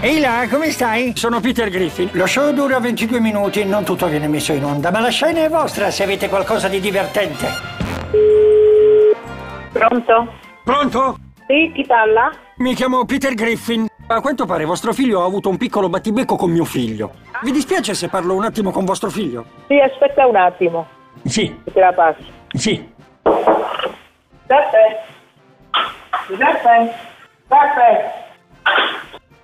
Ehi là, come stai? Sono Peter Griffin. Lo show dura 22 minuti, non tutto viene messo in onda, ma la scena è vostra se avete qualcosa di divertente. Pronto? Pronto? Sì, chi parla? Mi chiamo Peter Griffin. A quanto pare vostro figlio ha avuto un piccolo battibecco con mio figlio. Vi dispiace se parlo un attimo con vostro figlio? Sì, aspetta un attimo, Sì, che te la passo. sì. Giuseppe? Giuseppe? Giuseppe?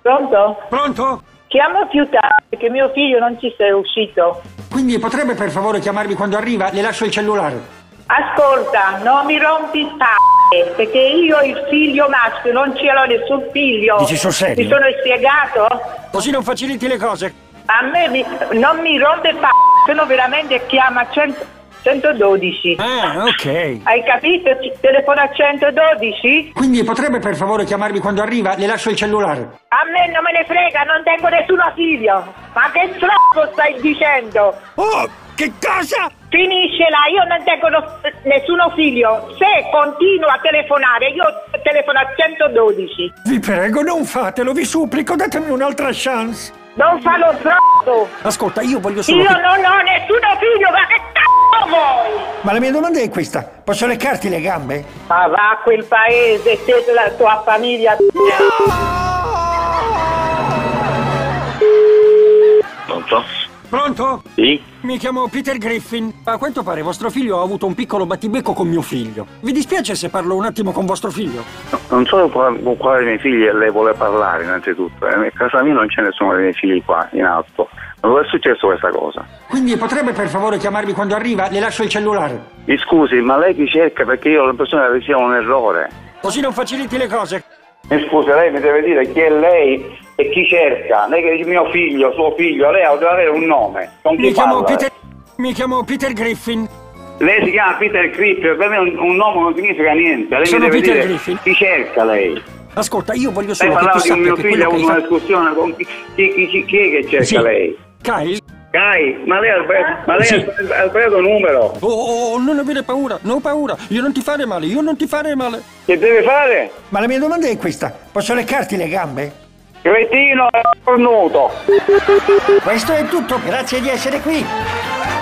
Pronto? Pronto? Chiama più tardi che mio figlio non ci sei uscito. Quindi potrebbe per favore chiamarmi quando arriva? Le lascio il cellulare. Ascolta, non mi rompi il c***o, perché io il figlio maschio non ce l'ho nessun figlio. Dici sul serio? Ti sono spiegato? Così non faciliti le cose. A me mi- non mi rompe il c***o, se no veramente chiama 100 112. Ah, ok. Hai capito? Ci- Telefona 112? Quindi potrebbe per favore chiamarmi quando arriva? Le lascio il cellulare. A me non me ne frega, non tengo nessuno figlio. Ma che troppo stai dicendo? Oh, che cosa? Finiscela, io non tengo no- nessuno figlio. Se continuo a telefonare, io telefono a 112. Vi prego, non fatelo, vi supplico, datemi un'altra chance. Non fa lo troppo. Ascolta, io voglio solo... Io che- non ho nessuno figlio, ma che cazzo vuoi? Ma la mia domanda è questa, posso leccarti le gambe? Ma va a quel paese, te e la tua famiglia. Pronto? Pronto? Sì? Mi chiamo Peter Griffin. A quanto pare vostro figlio ha avuto un piccolo battibecco con mio figlio. Vi dispiace se parlo un attimo con vostro figlio? No, Non so qua- con quale dei miei figli lei vuole parlare innanzitutto. Eh, A casa mia non c'è nessuno dei miei figli qua in alto. Ma dove è successo questa cosa? Quindi potrebbe per favore chiamarmi quando arriva? Le lascio il cellulare. Mi scusi, ma lei chi cerca? Perché io ho l'impressione che sia un errore. Così non faciliti le cose. Mi scusi, lei mi deve dire chi è lei e chi cerca. Lei che dice mio figlio, suo figlio, lei deve avere un nome. Con chi Mi chiamo parla? Diciamo Peter. Mi chiamo Peter Griffin. Lei si chiama Peter Griffin, per me un, un nome non significa niente. Lei Sono mi deve Peter dire Griffin. chi cerca lei. Ascolta, io voglio Lei solo che parlava tu di un sappia mio che quello figlio, ha che hai avuto una fatto... discussione con chi, chi, chi- chi- chi è che cerca Sì. lei? Kyle? Dai, ma lei ha sbagliato- ma lei Sì. ha sbagliato- ha sbagliato numero. Oh, oh, oh, non avere paura, non paura. Io non ti fare male, io non ti fare male. Che deve fare? Ma la mia domanda è questa, posso leccarti le gambe? Cretino è cornuto. Questo è tutto, grazie di essere qui.